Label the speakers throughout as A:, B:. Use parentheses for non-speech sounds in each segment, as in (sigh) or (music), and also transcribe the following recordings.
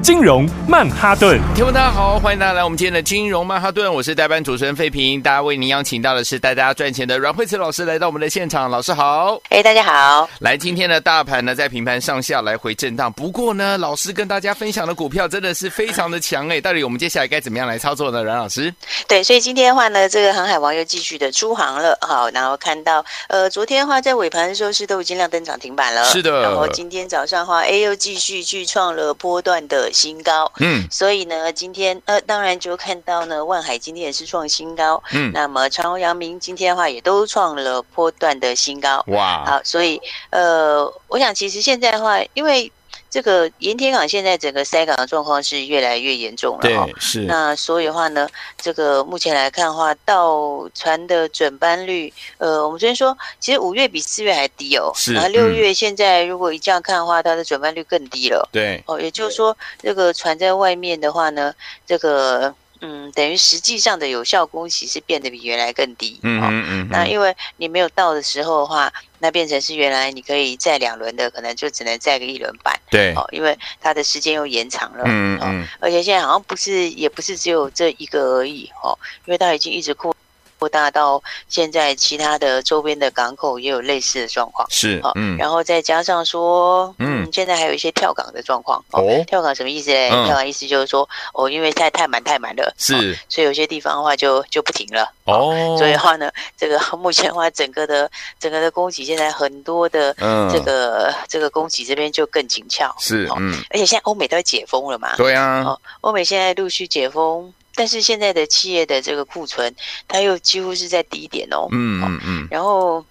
A: 金融曼哈顿。
B: 听众大家好，欢迎大家来我们今天的金融曼哈顿，我是代班主持人费平。大家为您邀请到的是带大家赚钱的阮慧慈老师来到我们的现场，老师好。
C: 哎，大家好。
B: 来，今天的大盘呢在平盘上下来回震荡，不过呢，老师跟大家分享的股票真的是非常的强哎，到底我们接下来该怎么样来操作呢？阮老师，
C: 对，所以今天的话呢，这个航海王又继续的出航了，好，然后看到呃，昨天的话在尾盘的时候是都已经亮灯涨停板了，
B: 是的
C: 然后今天早上的话，哎，又继续去创了波段的新高，
B: 嗯，
C: 所以呢，今天呃，当然就看到呢，万海今天也是创新高，
B: 嗯
C: 那么长荣、阳明今天的话也都创了波段的新高，
B: 哇，
C: 好，所以呃，我想其实现在的话，因为这个盐铁港现在整个塞港的状况是越来越严重了、哦，
B: 是
C: 那所以的话呢，这个目前来看的话，到船的准班率，呃，我们昨天说，其实五月比四月还低哦，
B: 是嗯
C: 然后六月现在如果一这样看的话，它的准班率更低了。
B: 对，
C: 哦，也就是说，这个船在外面的话呢，这个嗯，等于实际上的有效供给是变得比原来更低。
B: 嗯
C: 哦
B: 嗯嗯，
C: 那因为你没有到的时候的话，那变成是原来你可以载两轮的，可能就只能载个一轮半
B: 对，
C: 哦，因为它的时间又延长了。
B: 嗯
C: 哦
B: 嗯
C: 而且现在好像不是，也不是只有这一个而已哦，因为它已经一直扩扩大到现在，其他的周边的港口也有类似的状况。
B: 是
C: 好，
B: 嗯
C: 然后再加上说，
B: 嗯
C: 嗯，现在还有一些跳港的状况哦。
B: 哦
C: 跳港什么意思嘞？
B: 嗯
C: 跳港意思就是说，哦，因为太太满太满了，哦
B: 是
C: 所以有些地方的话就就不停了。
B: 哦，
C: 所以的话呢，这个 (laughs) 目前的话，整个的整个的供给现在很多的
B: 嗯
C: 这个、这个供给这边就更紧俏，
B: 是
C: 哦
B: 嗯
C: 而且现在欧美都要解封了嘛，
B: 对啊，
C: 欧美现在陆续解封，但是现在的企业的这个库存，它又几乎是在低点哦。
B: 嗯嗯嗯，
C: 然后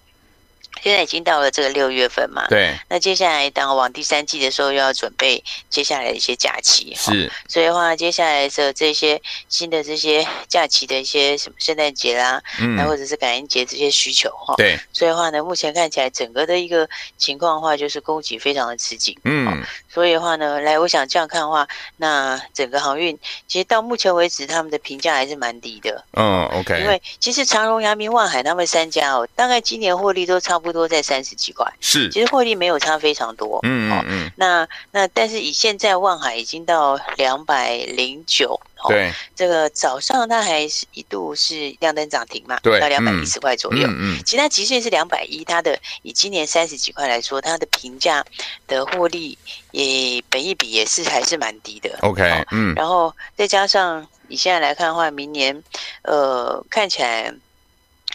C: 现在已经到了这个六月份嘛，
B: 对，
C: 那接下来当往第三季的时候，又要准备接下来的一些假期。哦
B: 是
C: 所以的话，接下来的这些新的这些假期的一些什么圣诞节啦，那、
B: 嗯
C: 或者是感恩节这些需求哈、哦。
B: 对，
C: 所以的话呢，目前看起来整个的一个情况的话，就是供给非常的吃紧。
B: 嗯
C: 所以的话呢，来，我想这样看的话，那整个航运其实到目前为止，他们的评价还是蛮低的，
B: 嗯
C: 哦因
B: ，OK，
C: 为其实长荣、阳明、万海他们三家哦，大概今年获利都差不多在三十几块，
B: 是
C: 其实获利没有差非常多。
B: 嗯嗯嗯，
C: 那那但是以现在万海已经到两百零九，
B: 嗯
C: 哦，
B: 对，
C: 这个早上它还是一度是亮灯涨停嘛，
B: 对
C: 到两百
B: 嗯
C: 一十块左右。
B: 嗯嗯
C: 其实它即使是两百一，它的以今年三十几块来说，它的评价的获利也本一比也是还是蛮低的。
B: ，OK，嗯
C: 哦然后再加上你现在来看的话，明年呃看起来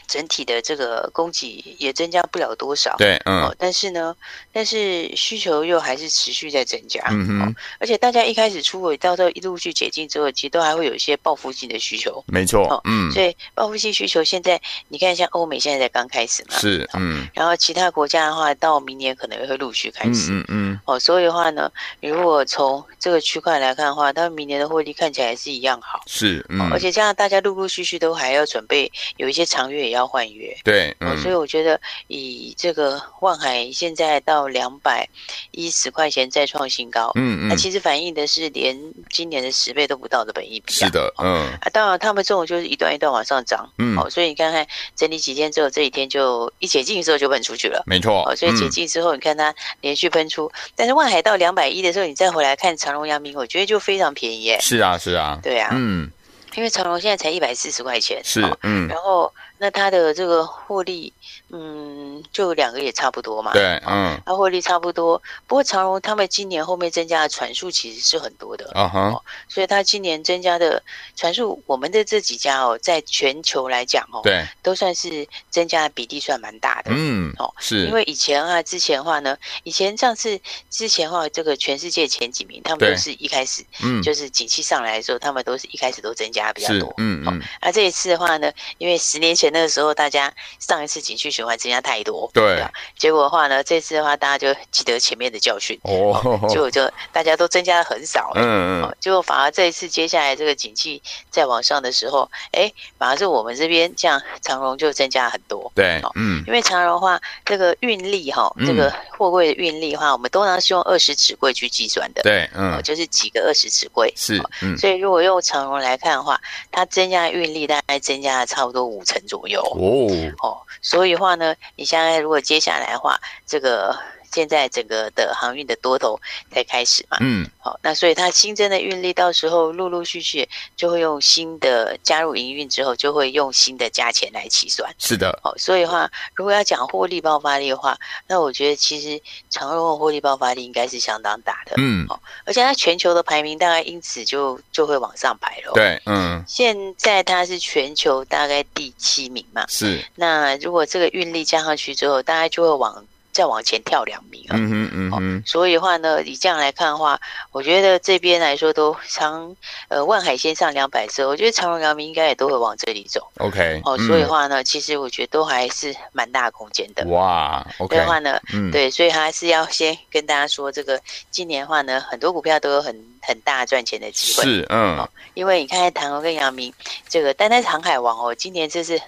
C: 整体的这个供给也增加不了多少。
B: 对，嗯
C: 哦，但是呢，但是需求又还是持续在增加，哦
B: 嗯哼，
C: 而且大家一开始出轨，到时候一陆续解禁之后，其实都还会有一些报复性的需求，
B: 没错，嗯
C: 哦所以报复性需求现在你看，像欧美现在才刚开始嘛，
B: 是，嗯
C: 然后其他国家的话，到明年可能也会陆续开
B: 嗯
C: 始。
B: 嗯嗯，
C: 哦，所以的话呢，你如果从这个区块来看的话，它明年的获利看起来还是一样好，
B: 是，
C: 哦
B: 嗯
C: 而且加上大家陆陆续续都还要准备，有一些长月也要换约。
B: 对，
C: 哦，所以
B: 嗯
C: 我觉得以这个万海现在到两百一十块钱再创新高，
B: 嗯
C: 那
B: 嗯，
C: 其实反映的是连今年的十倍都不到的本益比、啊。
B: 是的，嗯
C: 啊，当然他们这种就是一段一段往上涨，
B: 嗯，
C: 哦，所以你看看整理几天之后，这几天就一解禁之后就喷出去了。
B: 没错嗯
C: 哦，，所以解禁之后，你看它连续喷出，但是万海到两百一的时候，你再回来看长荣、阳明，我觉得就非常便宜耶。
B: 是啊是啊，
C: 对啊，
B: 嗯
C: 因为长荣现在才一百四十块钱，
B: 是
C: 哦，
B: 嗯
C: 然后那它的这个获利，嗯，就两个也差不多嘛。。
B: 对，嗯
C: 它获利差不多，不过长荣他们今年后面增加的船数其实是很多的，
B: 啊哈，
C: 所以它今年增加的船数，我们的这几家哦，在全球来讲哦，
B: 对，
C: 都算是增加的比例算蛮大的。
B: 嗯是
C: 因，为以前啊，之前的话呢，以前上次之前的话，这个全世界前几名，他们
B: 对
C: 都是一开始
B: 嗯
C: 就是景气上来的时候，他们都是一开始都增加家比较
B: 是
C: 多。哦
B: 嗯
C: 好
B: 嗯，
C: 那这一次的话呢，因为十年前那个时候，大家上一次景区循环增加太多，
B: 对
C: 啊结果的话呢，这次的话大家就记得前面的教训，
B: 哦，
C: 就就大家都增加的很少了。
B: 嗯嗯
C: 哦，结果反而这一次接下来这个景气再往上的时候，哎，反而是我们这边这样长荣就增加很多。
B: 对
C: 好，
B: 嗯
C: 因为长荣的话，这个运力哈、
B: 嗯
C: 这个货柜的运力的话，我们通常是用二十尺柜去计算的，
B: 对
C: 哦
B: 嗯
C: 就是几个二十尺柜。
B: 是
C: 哦
B: 嗯
C: 所以如果用长荣来看的话，它增加运力大概增加了差不多五成左右。
B: 哦
C: 哦，所以的话呢，你现在如果接下来的话，这个现在整个的航运的多头才开始嘛，
B: 嗯
C: 好、那所以它新增的运力到时候陆陆续续就会用新的加入营运之后，就会用新的价钱来起算。
B: 是的
C: 好、哦所以的话，如果要讲获利爆发力的话，那我觉得其实长荣的获利爆发力应该是相当大的，
B: 嗯
C: 而且它全球的排名大概因此就就会往上排了、，哦
B: 对嗯
C: 现在它是全球大概第七名嘛，
B: 是
C: 那如果这个运力加上去之后，大概就会往再往前跳两名啊。
B: 嗯哼嗯哼
C: 所以的话呢，以这样来看的话，我觉得这边来说都长呃万海先上两百之后，我觉得长荣、阳明应该也都会往这里走
B: OK 嗯
C: 哦。所以的话呢，其实我觉得都还是蛮大空间的。
B: 哇 OK
C: 所以的话呢，
B: 嗯
C: 对，所以还是要先跟大家说，这个今年的话呢，很多股票都有很很大赚钱的机会，
B: 是嗯
C: 因为你看看唐荣跟阳明，这个单单是航海王哦，今年这是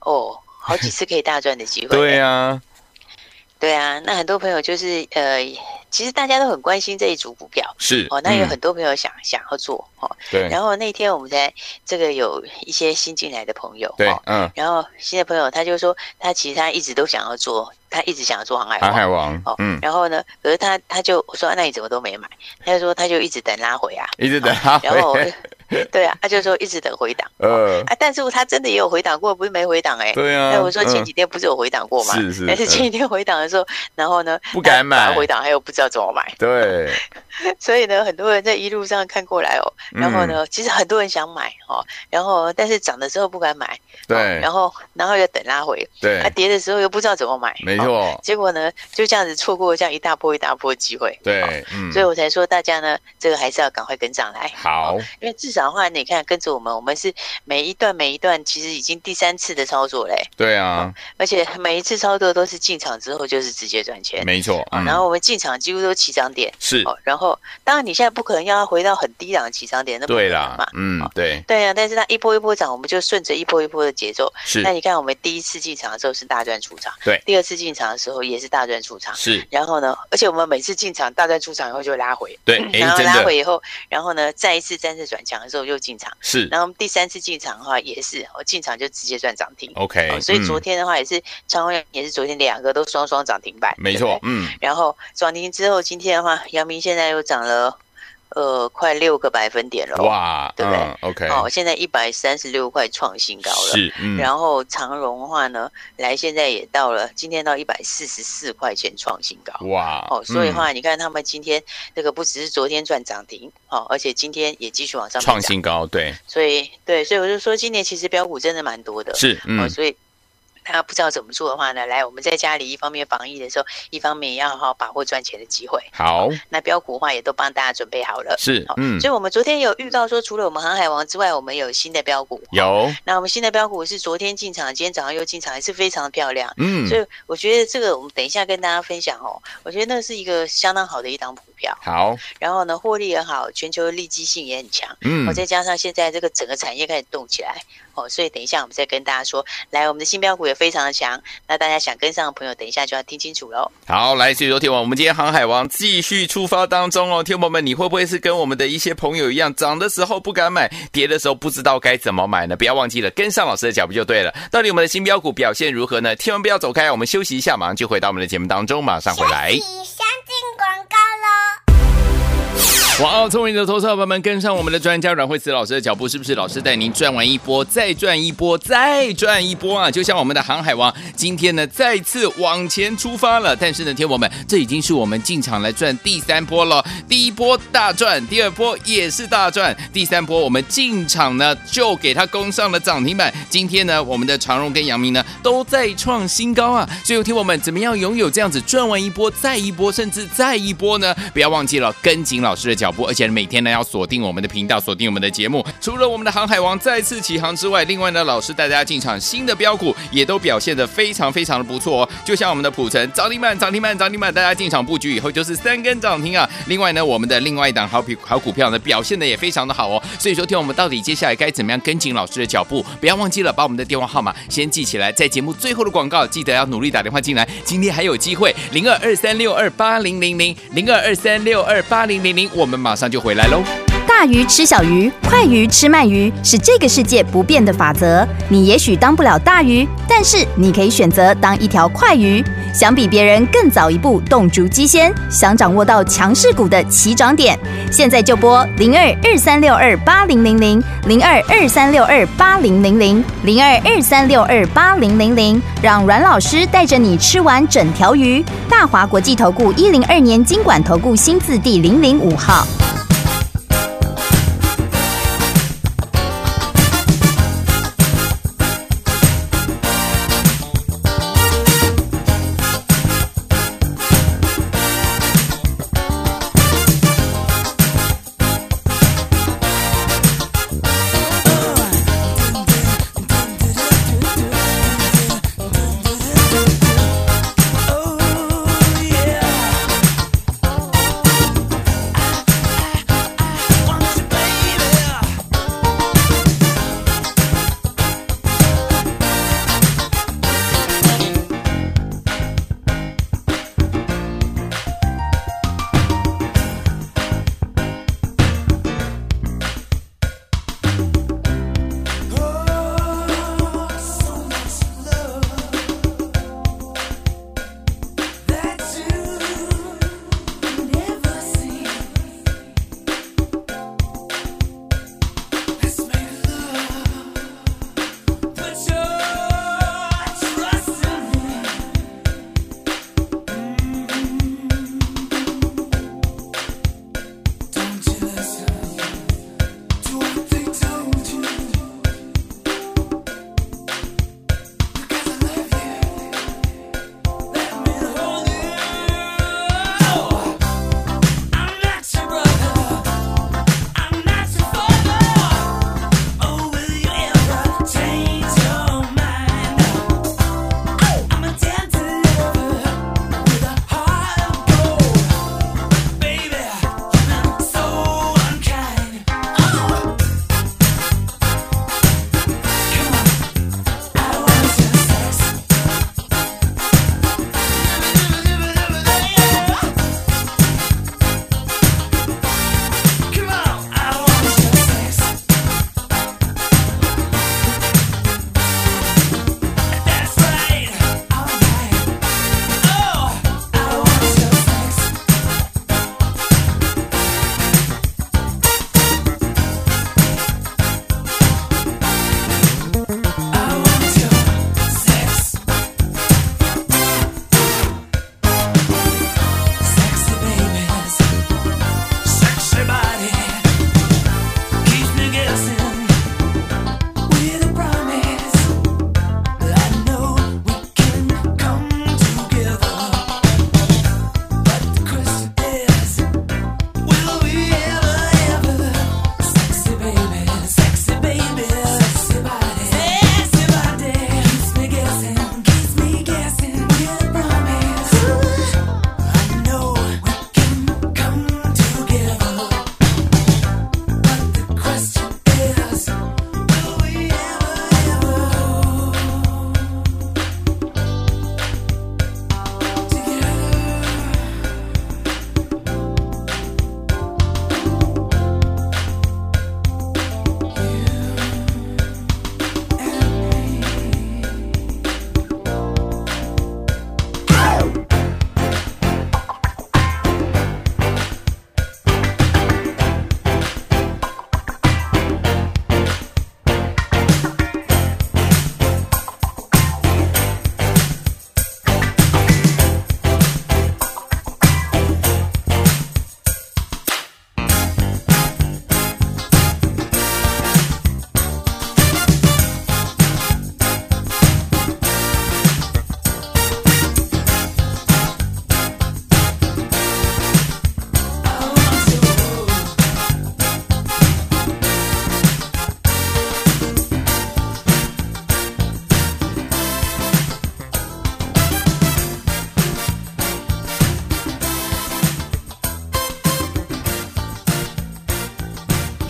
C: 哦好几次可以大赚的机会。
B: (laughs) 对啊呀
C: 对啊，那很多朋友就是呃，其实大家都很关心这一组股票
B: 是嗯
C: 哦。那有很多朋友想、想要做哦。
B: 对
C: 然后那天我们才这个有一些新进来的朋友
B: 对
C: 哦，
B: 嗯
C: 然后新的朋友他就说他其实他一直都想要做，他一直想要做航海
B: 航
C: 王。
B: 海王
C: 哦
B: 嗯
C: 然后呢？可是他他就我说那你怎么都没买？他就说他就一直等拉回啊。
B: 一直等他
C: 然后我
B: 回
C: (laughs) 对啊，他就说一直等回档
B: (laughs) 呃
C: 啊。但是他真的也有回档过，不是没回档哎、
B: 对呀嗯
C: 那我说前几天不是有回档过吗？
B: 是是
C: 但是
B: 嗯
C: 前几天回档的时候，然后呢，
B: 不敢买
C: 大家回档，还有不知道怎么买， (laughs)
B: 对
C: 所以呢，很多人在一路上看过来哦，
B: 嗯
C: 然后呢，其实很多人想买哦，然后但是涨的时候不敢买，哦
B: 对
C: 然后然后又等拉回，
B: 对
C: 啊，跌的时候又不知道怎么买，
B: 没
C: 哦
B: 错
C: 结果呢，就这样子错过这样一大波一大波的机会，哦
B: 对嗯
C: 所以我哦才说大家呢，这个还是要赶快跟上来，
B: 好
C: 因为至少的话，你看跟着我们，我们是每一段每一段，其实已经第三次的操作嘞、
B: 对啊
C: 而且每一次操作都是进场之后就是直接赚钱，
B: 没错
C: 啊
B: 嗯
C: 然后我们进场几乎都起涨点，
B: 是
C: 哦，然后当然你现在不可能要它回到很低档的起涨点，那不可
B: 对
C: 能
B: 啦
C: 嘛，哦
B: 嗯对
C: 对啊呀、但是它一波一波涨，我们就顺着一波一波的节奏。
B: 是
C: 那你看，我们第一次进场的时候是大赚出场，
B: 对
C: 第二次进场的时候也是大赚出场，
B: 是
C: 然后呢，而且我们每次进场大赚出场以后就拉回，
B: 对哎
C: 然后
B: 真
C: 拉
B: 的
C: 回以后，然后呢再一次三次转强的时候又进场，
B: 是
C: 然后我们第三次进场的话也是，我进场就直接赚涨停。
B: OK，
C: 哦所以昨
B: 嗯
C: 天的话也是，长虹也是昨天两个都双双涨停板，
B: 没
C: 对不对
B: 错，嗯，
C: 然后涨停之后，今天的话，阳明现在又涨了，呃，快六个百分点了。！
B: 哇，
C: 哦对不对
B: 嗯？OK，
C: 哦，现在一百三十六块创新高了。
B: 是，嗯，
C: 然后长荣的话呢，来现在也到了，今天到一百四十四块钱创新高。
B: 哇，
C: 哦，所以的
B: 嗯
C: 话，你看他们今天这个不只是昨天赚涨停，哦，而且今天也继续往上
B: 创
C: 涨。
B: 新高，对，
C: 所以对，所以我就说今年其实标股真的蛮多的。
B: 是，
C: 哦，
B: 嗯，
C: 所以大家不知道怎么做的话呢，来我们在家里一方面防疫的时候，一方面也要好好把握赚钱的机会。
B: 好，
C: 那标股的话也都帮大家准备好了。
B: 是
C: 好，
B: 嗯，
C: 所以我们昨天有预告说，除了我们航海王之外，我们有新的标股。
B: 有，
C: 那我们新的标股是昨天进场，今天早上又进场，还是非常漂亮。
B: 嗯，
C: 所以我觉得这个我们等一下跟大家分享哦。我觉得那是一个相当好的一档股票，
B: 好，
C: 然后呢，获利也好，全球的利基性也很强。
B: 嗯
C: 哦，，再加上现在这个整个产业开始动起来，哦，所以等一下我们再跟大家说，来，我们的新标股也非常的强，那大家想跟上的朋友，等一下就要听清楚喽。
B: 好，来，所以说天王，我们今天航海王继续出发当中哦，天王们，你会不会是跟我们的一些朋友一样，涨的时候不敢买，跌的时候不知道该怎么买呢？不要忘记了，跟上老师的脚步就对了。到底我们的新标股表现如何呢？千万不要走开，我们休息一下，马上就回到我们的节目当中，马上回
D: 哎
B: 来。
D: 相进广告喽。
B: 哇哦！聪明的投资者朋友们，跟上我们的专家阮慧慈老师的脚步，是不是？老师带您赚完一波，再赚一波，再赚一波啊！就像我们的航海王，今天呢再次往前出发了。但是呢，天友们，这已经是我们进场来赚第三波了。第一波大赚，第二波也是大赚，第三波我们进场呢就给它攻上了涨停板。今天呢，我们的长荣跟阳明呢都在创新高啊！所以，天友们，怎么样拥有这样子赚完一波再一波，甚至再一波呢？不要忘记了跟紧老师的脚步。脚步，而且每天呢要锁定我们的频道，锁定我们的节目。除了我们的航海王再次起航之外，另外呢，老师带大家进场新的标股也都表现得非常非常的不错哦。就像我们的普城涨停板、涨停板、涨停板，大家进场布局以后就是三根涨停啊。另外呢，我们的另外一档好股好股票呢表现的也非常的好哦。所以说，听我们到底接下来该怎么样跟紧老师的脚步？不要忘记了把我们的电话号码先记起来，在节目最后的广告记得要努力打电话进来，今天还有机会零二二三六二八零零零零二二三六二八零零零，我们马上就回来喽。
E: 大鱼吃小鱼，快鱼吃慢鱼，是这个世界不变的法则。你也许当不了大鱼，但是你可以选择当一条快鱼。想比别人更早一步动足机先，想掌握到强势股的起涨点，现在就拨零二二三六二八零零零零二二三六二八零零零零二二三六二八零零零，让阮老师带着你吃完整条鱼。大华国际投顾一零二年经管投顾新字第零零五号。
F: Oh yeah. I, I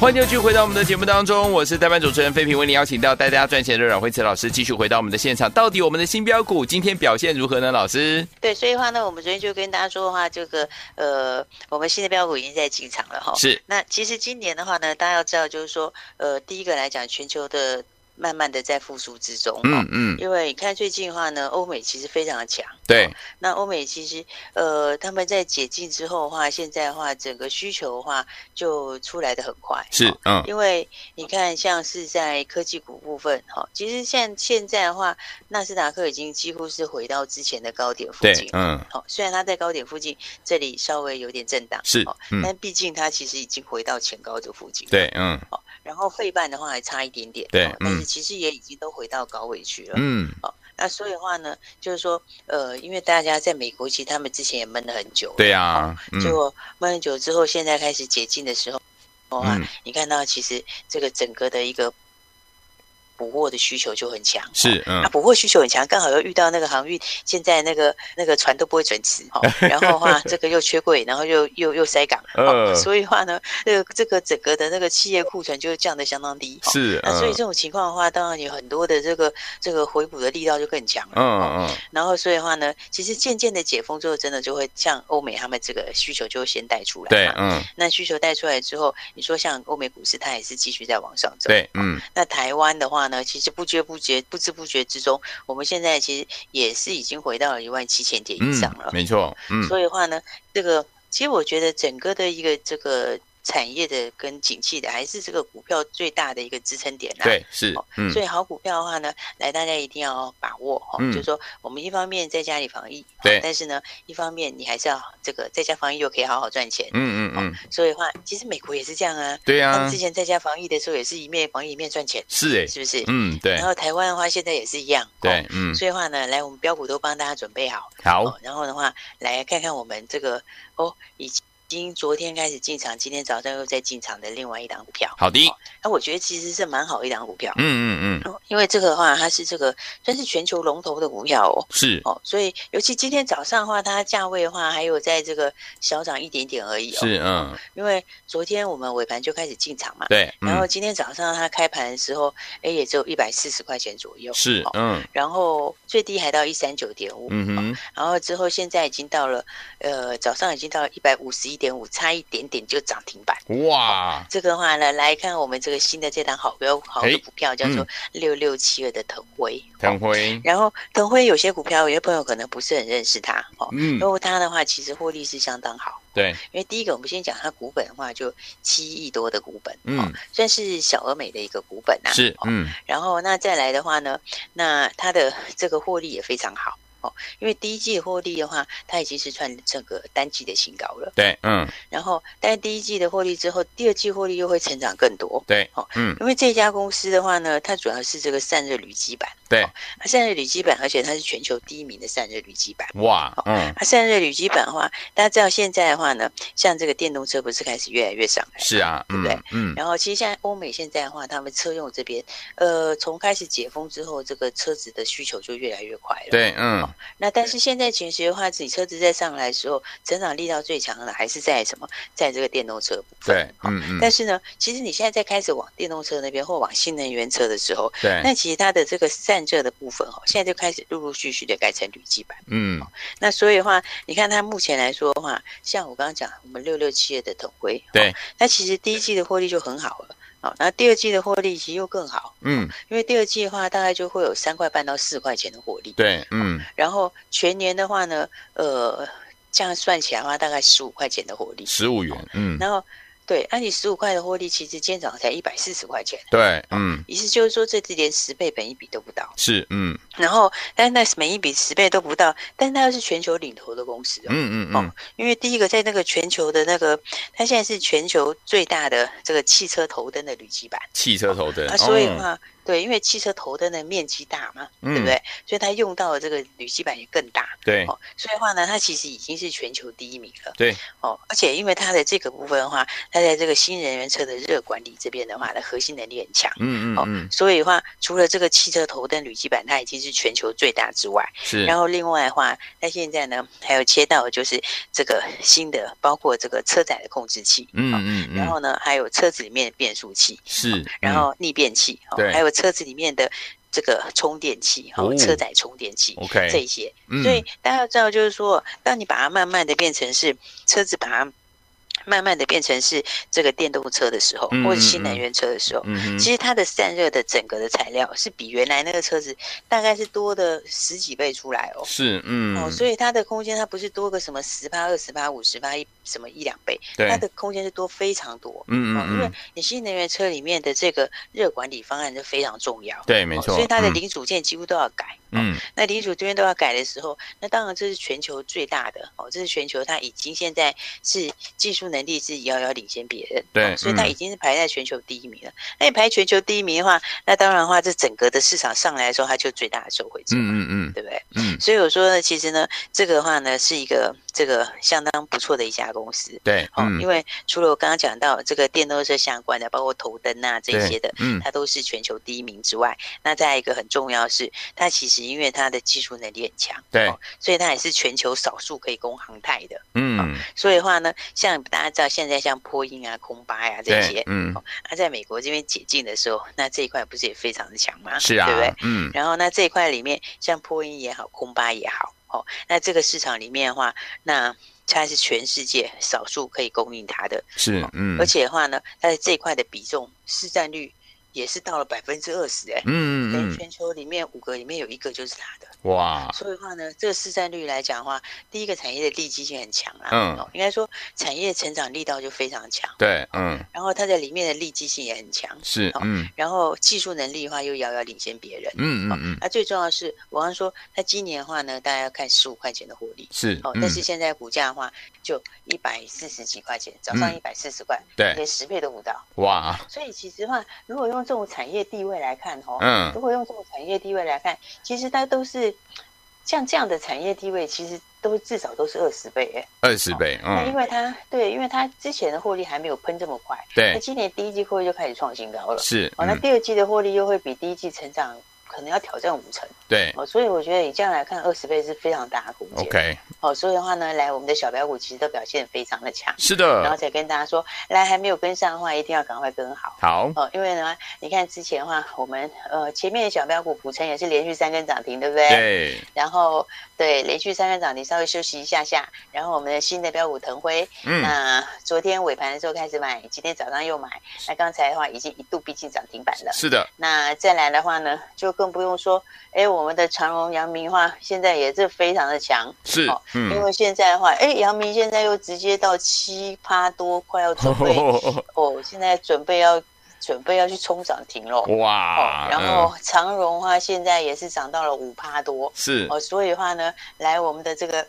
B: 欢迎继续回到我们的节目当中，我是代班主持人费平，为您邀请到带大家赚钱的阮慧慈老师，继续回到我们的现场。到底我们的新标股今天表现如何呢？老师，
C: 对，所以的话呢，我们昨天就跟大家说的话，这个呃，我们新的标股已经在进场了哈。
B: 是
C: 那其实今年的话呢，大家要知道，就是说，呃，第一个来讲，全球的慢慢的在复苏之中，
B: 嗯
C: 嗯，
B: 嗯，
C: 因为你看最近的话呢，欧美其实非常的强，
B: 对，
C: 那欧美其实呃他们在解禁之后的话，现在的话整个需求的话就出来的很快，
B: 是
C: 哦，
B: 嗯，
C: 因为你看，像是在科技股部分，哈，其实现现在的话，纳斯达克已经几乎是回到之前的高点附
B: 对
C: 近，，
B: 嗯，
C: 好，虽然它在高点附近，这里稍微有点震荡，
B: 是
C: 哦
B: 嗯
C: 但毕竟它其实已经回到前高的附近，。
B: 对，嗯，
C: 然后费半的话还差一点点，
B: 对
C: 哦但
B: 嗯
C: 是其实也已经都回到高位去了，
B: 嗯，
C: 那所以的话呢，就是说，呃，因为大家在美国，其实他们之前也闷了很久，
B: 对呀，嗯，
C: 结果闷很久之后，现在开始解禁的时候，哦、啊
B: 嗯，
C: 你看到其实这个整个的一个补货的需求就很强，
B: 是，
C: 啊，
B: 嗯，
C: 补货需求很强，刚好又遇到那个航运，现在那个那个船都不会准时
B: (laughs)
C: 哦，然后的话这个又缺柜，然后又又又塞港，
B: 呃
C: 哦，所以的话呢，这个这个整个的那个企业库存就降得相当低，哦
B: 是，
C: 那所以
B: 嗯，
C: 这种情况的话，当然有很多的这个这个回补的力道就更强了。哦
B: 嗯嗯，
C: 然后所以的话呢，其实渐渐的解封之后，真的就会像欧美他们这个需求就会先带出来。
B: 对，。嗯，
C: 那需求带出来之后，你说像欧美股市，它也是继续在往上走。。
B: 对，嗯，
C: 那台湾的话呢，其实不觉不觉、不知不觉之中，我们现在其实也是已经回到了一万七千点以上
B: 嗯
C: 了，。
B: 没错，嗯，
C: 所以的话呢，这个其实我觉得整个的一个这个产业的跟景气的，还是这个股票最大的一个支撑点啦、
B: 对，是
C: 哦，
B: 嗯
C: 所，以好股票的话呢，来大家一定要把握哈、哦
B: 嗯
C: 就是说我们一方面在家里防疫，哦
B: 对
C: 但是呢，一方面你还是要这个在家防疫又可以好好赚钱。
B: 嗯嗯嗯，
C: 所以的话，其实美国也是这样啊，
B: 对
C: 他
B: 呀
C: 们之，前在家防疫的时候也是一面防疫一面赚钱，
B: 是哎，
C: 是不是？
B: 嗯，对
C: 然，后台湾的话现在也是一样，
B: 对
C: 哦，
B: 嗯，
C: 所以的话呢，来我们标股都帮大家准备好，
B: 好
C: 哦，然后的话来看看我们这个哦，已经昨天开始进场，今天早上又在进场的另外一档股票，
B: 好的，
C: 那我觉得其实是蛮好一档股票，
B: 嗯嗯嗯，
C: 哦因为这个的话，它是这个算是全球龙头的股票哦。
B: 是
C: 哦，所以尤其今天早上的话，它价位的话还有在这个小涨一点点而已哦。
B: 是，嗯，
C: 因为昨天我们尾盘就开始进场嘛，
B: 对，
C: 然后
B: 嗯，
C: 今天早上它开盘的时候，哎，也只有一百四十块钱左右，
B: 是，
C: 哦
B: 嗯
C: 然后最低还到一三九点五，
B: 嗯哼，
C: 然后之后现在已经到了，呃，早上已经到一百五十一点五，差一点点就涨停板。
B: 哇，
C: 这个的话呢，来看我们这个新的这档好标好
B: 哎
C: 的股票，叫
B: 嗯
C: 做六六七二的腾辉。
B: 腾辉，
C: 然后腾辉有些股票，有些朋友可能不是很认识它哦。
B: 嗯
C: 然，后它的话，其实获利是相当好，
B: 对，
C: 因为第一个我们先讲它股本的话，就七亿多的股本，哦
B: 嗯，
C: 算是小而美的一个股本啊。
B: 是，
C: 哦
B: 嗯，
C: 然后那再来的话呢，那它的 (laughs) 这个获利也非常好哦，因为第一季的获利的话，它已经是创这个单季的新高了。
B: 对，嗯，
C: 然后，但是第一季的获利之后，第二季获利又会成长更多。
B: 对，嗯，
C: 因为这家公司的话呢，它主要是这个散热铝基板，
B: 对，
C: 它散热铝基板，而且它是全球第一名的散热铝基板。
B: 哇，嗯，
C: 它散热铝基板的话，大家知道现在的话呢，像这个电动车不是开始越来越上来吗
B: 是啊，
C: 对不
B: 嗯
C: 对？
B: 嗯，
C: 然后其实现在欧美现在的话，他们车用这边，呃，从开始解封之后，这个车子的需求就哦越来越快了。。
B: 对，嗯，
C: 那但是现在其实的话，你车子在上来的时候，成长力道最强的还是在什么？在这个电动车部分。
B: 对，
C: 好
B: 嗯嗯，
C: 但是呢，其实你现在在开始往电动车那边或往新能源车的时候，
B: 对，
C: 那其实它的这个散热的部分哦，现在就开始陆陆续续的改成铝基板。
B: 嗯，
C: 那所以的话，你看它目前来说的话，像我刚刚讲，我们六六七二的腾辉，
B: 对
C: 哦，那其实第一季的获利就很好了，哦，那第二季的获利其实又更好，
B: 嗯，
C: 因为第二季的话大概就会有三块半到四块钱的获利，，
B: 对，嗯，
C: 然后全年的话呢，呃，这样算起来的话，大概十五块钱的获利，
B: 十五元，嗯，
C: 然后对，按你十五块的获利，其实今天早上才一百四十块钱。
B: 对，嗯，
C: 意思就是说，这连十倍本一比都不到，
B: 是，嗯，
C: 然后，但那每一比十倍都不到，但它又是全球领头的公司、哦，
B: 嗯嗯嗯，
C: 因为第一个在那个全球的那个，它现在是全球最大的这个汽车头灯的铝基板，
B: 汽车头灯
C: 啊，，所以的话，对，因为汽车头灯的面积大嘛，
B: 哦嗯哎
C: 对不对？所以它用到的这个铝基板也更大。
B: 对
C: 哦，所以的话呢，它其实已经是全球第一名了。
B: 对，
C: 哦，而且因为它的这个部分的话，它在这个新能源车的热管理这边的话，它核心能力很强。
B: 嗯嗯
C: 哦
B: 嗯，
C: 所以的话，除了这个汽车头灯铝基板，它已经是全球最大之外，
B: 是，
C: 然后另外的话，那现在呢，还有切到的就是这个新的，包括这个车载的控制器，
B: 嗯
C: 哦
B: 嗯
C: 然
B: 嗯，
C: 后呢，还有车子里面的变速器，
B: 是，
C: 然
B: 嗯
C: 后逆变器，哦
B: 对
C: 还有车子里面的这个充电器，
B: 哦
C: 哦，车载充电器。这
B: OK，
C: 一些，
B: 嗯
C: 所以大家要知道，就是说，当你把它慢慢的变成是车子，把它慢慢的变成是这个电动车的时候，
B: 嗯
C: 或
B: 嗯
C: 者
B: 嗯
C: 新能源车的时候，
B: 嗯哼
C: 其实它的散热的整个的材料是比原来那个车子大概是多的十几倍出来哦。
B: 是，嗯，
C: 哦，所以它的空间它不是多个什么十八、二十八、五十八一什么一两倍，
B: 对
C: 它的空间是多非常多。
B: 嗯
C: 哦，因
B: 嗯
C: 为
B: 嗯，
C: 你新能源车里面的这个热管理方案是非常重要，
B: 对，没
C: 哦
B: 错，
C: 所以它的
B: 嗯
C: 零组件几乎都要改。哦
B: 嗯
C: 那领主这边都要改的时候，那当然这是全球最大的哦，这是全球它已经现在是技术能力是遥遥领先别人，
B: 对
C: 哦所以它
B: 嗯
C: 已经是排在全球第一名了。那你排全球第一名的话，那当然的话，这整个的市场上来的时候，它就最大的受惠者，
B: 嗯嗯
C: 对不对？
B: 嗯嗯，
C: 所以我说呢，其实呢，这个的话呢，是一个这个相当不错的一家公司。
B: 对，
C: 哦，
B: 嗯
C: 因为除了我刚刚讲到这个电动车相关的，包括头灯啊这
B: 对
C: 些的，
B: 嗯
C: 它都是全球第一名之外，那再一个很重要是，它其实因为它的技术能力很强，
B: 对
C: 哦，所以它也是全球少数可以供航太的。
B: 嗯，
C: 所以的话呢，像大家知道现在像波音啊、空巴呀、这
B: 对
C: 些，，哦
B: 嗯
C: 那、在美国这边解禁的时候，那这一块不是也非常的强吗？
B: 是啊
C: 对不对？，
B: 嗯
C: 然后那这一块里面，像波音也好，空巴也好，哦，那这个市场里面的话，那它是全世界少数可以供应它的，
B: 是嗯，
C: 而且的话呢，它的这一块的比重市占率也是到了百分之二十，哎、
B: 嗯
C: 等于
B: 嗯
C: 全球里面五个里面有一个就是它的，
B: 嗯哇
C: 所以的话呢，这个市占率来讲的话，第一个产业的利基性很强啦，
B: 嗯
C: 哦，应该说产业成长力道就非常强，
B: 对嗯
C: 然后它在里面的利基性也很强，
B: 是嗯
C: 然后技术能力的话又遥遥领先别人，
B: 嗯嗯嗯
C: 那、啊最重要的是，我刚说它今年的话呢，大概要看十五块钱的获利。
B: 是
C: 哦，
B: 嗯
C: 但是现在股价的话，就一百四十几块钱，早上
B: 嗯
C: 一百四十块，
B: 对
C: 连十倍都不到。
B: 哇
C: 所以其实的话，如果用这种产业地位来看，哦，
B: 嗯
C: 如果用这种产业地位来看，其实它都是像这样的产业地位，其实都至少都是二十倍耶。
B: 二十倍
C: 那、因
B: 嗯
C: 为它对，因为它之前的获利还没有喷这么快，那
B: 对
C: 今年第一季获利就开始创新高了。
B: 是
C: 哦，那
B: 嗯
C: 第二季的获利又会比第一季成长，可能要挑战五成。
B: 对
C: 哦，所以我觉得以这样来看，二十倍是非常大的空间。
B: OK
C: 哦，所以的话呢，来我们的小标股其实都表现得非常的强，
B: 是
C: 然后
B: 的
C: 才跟大家说，来还没有跟上的话，一定要赶快跟好。
B: 好
C: 哦，因为呢，你看之前的话，我们呃前面的小标股普成也是连续三根涨停，对不对？。
B: 对
C: 然后对连续三根涨停，稍微休息一下下。然后我们的新的标股腾辉，
B: 嗯
C: 那昨天尾盘的时候开始买，今天早上又买，那刚才的话已经一度逼近涨停板了。
B: 是的
C: 那再来的话呢，就更不用说，哎，我们的长荣、阳明的话，现在也是非常的强，哦
B: 是
C: 因
B: 嗯
C: 为现在的话，哎，阳明现在又直接到七趴多，快要准备哦，现在准备要准备要去冲涨停喽。
B: (laughs) 哇
C: 哦，然
B: 嗯
C: 后长荣的话，现在也是涨到了五趴多
B: 是
C: 哦，所以的话呢，来我们的这个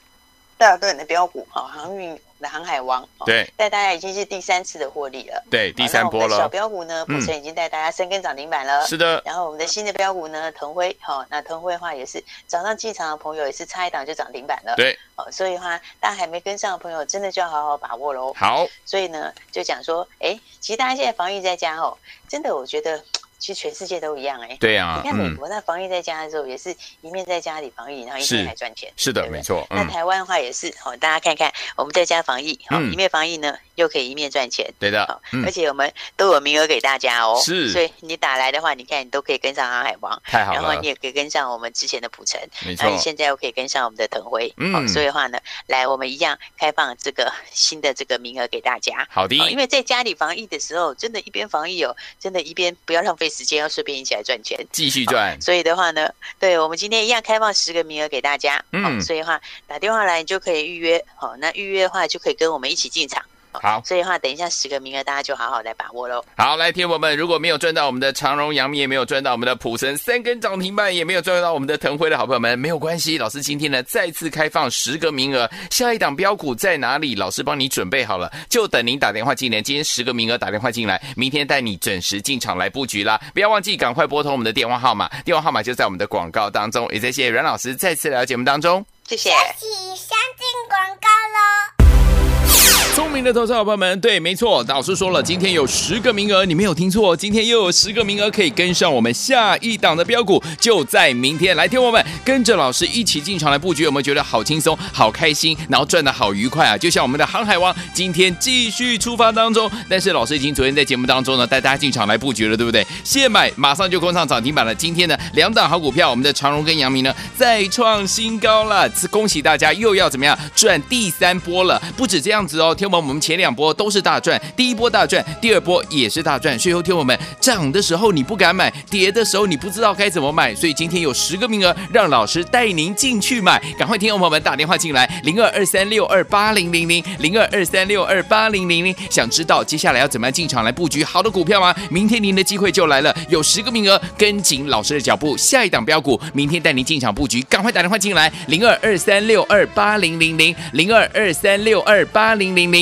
C: 大顿的标股哈、哦，航运的航海王，哦、，
B: 对
C: 带大家已经是第三次的获利了，哦
B: 对第三
C: 好那
B: 波
C: 我们的小
B: 了
C: 标股呢，普
B: 嗯
C: 成已经带大家三根涨停板了，
B: 是的
C: 然后我们的新的标股呢，腾辉，好、那腾辉的话也是早上进场的朋友也是差一档就涨停板了，，
B: 对
C: 哦，所以的话，大家还没跟上的朋友，真的就要好好把握喽。
B: 好
C: 所以呢，就讲说，哎，其实大家现在防疫在家哦，真的我觉得，其实全世界都一样哎。
B: 对啊
C: 你看美
B: 嗯
C: 国那防疫在家的时候，也是一面在家里防疫，然后一
B: 是
C: 面还赚钱。
B: 是
C: 对
B: 的
C: 不对
B: 没错
C: 那
B: 嗯
C: 台湾的话也是哦，大家看看，我们在家防疫，哦，
B: 嗯
C: 一面防疫呢，又可以一面赚钱。
B: 对
C: 好
B: 的，
C: 而
B: 嗯
C: 且我们都有名额给大家哦，
B: 是
C: 所以你打来的话，你看你都可以跟上航海王，
B: 太好
C: 然后
B: 了
C: 你也可以跟上我们之前的普城，
B: 没错
C: 那你现在又可以跟上我们的腾辉，
B: 嗯
C: 好所以的话呢，来我们一样开放这个新的这个名额给大家。
B: 好的
C: 好因为在家里防疫的时候，真的，一边防疫哦，真的，一边不要浪费时间，要顺便一起来赚钱。
B: 继续赚
C: 所以的话呢，对我们今天一样开放十个名额给大家，
B: 嗯
C: 好所以的话打电话来你就可以预约，好、那预约的话就可以跟我们一起进场，
B: 好
C: 所以的话，等一下十个名额大家就好好来把握喽。
B: 好，来，听友们，如果没有赚到我们的长荣、阳明，也没有赚到我们的普神三根涨停板，也没有赚到我们的腾辉的好朋友们，没有关系，老师今天呢再次开放十个名额，下一档标股在哪里？老师帮你准备好了，就等您打电话进来。今天十个名额打电话进来，明天带你准时进场来布局啦！不要忘记赶快拨通我们的电话号码，电话号码就在我们的广告当中。也谢谢阮老师再次来到节目当中。
C: 谢谢。
D: 起相进广告喽。
B: 聪明的投资好朋友们，对，没错，老师说了，今天有十个名额，你没有听错，今天又有十个名额可以跟上我们下一档的标股，就在明天。来，听我们跟着老师一起进场来布局，有没有觉得好轻松、好开心，然后赚的好愉快啊？就像我们的航海王今天继续出发当中，但是老师已经昨天在节目当中呢带大家进场来布局了，对不对？现买马上就攻上涨停板了。今天呢，两档好股票，我们的长荣跟阳明呢再创新高了，恭喜大家又要怎么样赚第三波了？不止这样子哦，天王我们前两波都是大赚，第一波大赚，第二波也是大赚。所以后天我们涨的时候你不敢买，跌的时候你不知道该怎么买，所以今天有十个名额让老师带您进去买，赶快听众朋友们打电话进来，零二二三六二八零零零零二二三六二八零零零，想知道接下来要怎么样进场来布局好的股票吗？明天您的机会就来了，有十个名额，跟紧老师的脚步，下一档标股，明天带您进场布局，赶快打电话进来，零二二三六二八零零零零二二三六二八零零零。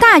E: 大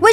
E: 为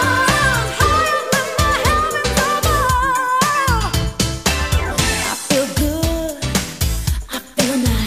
F: I feel good. I feel nice.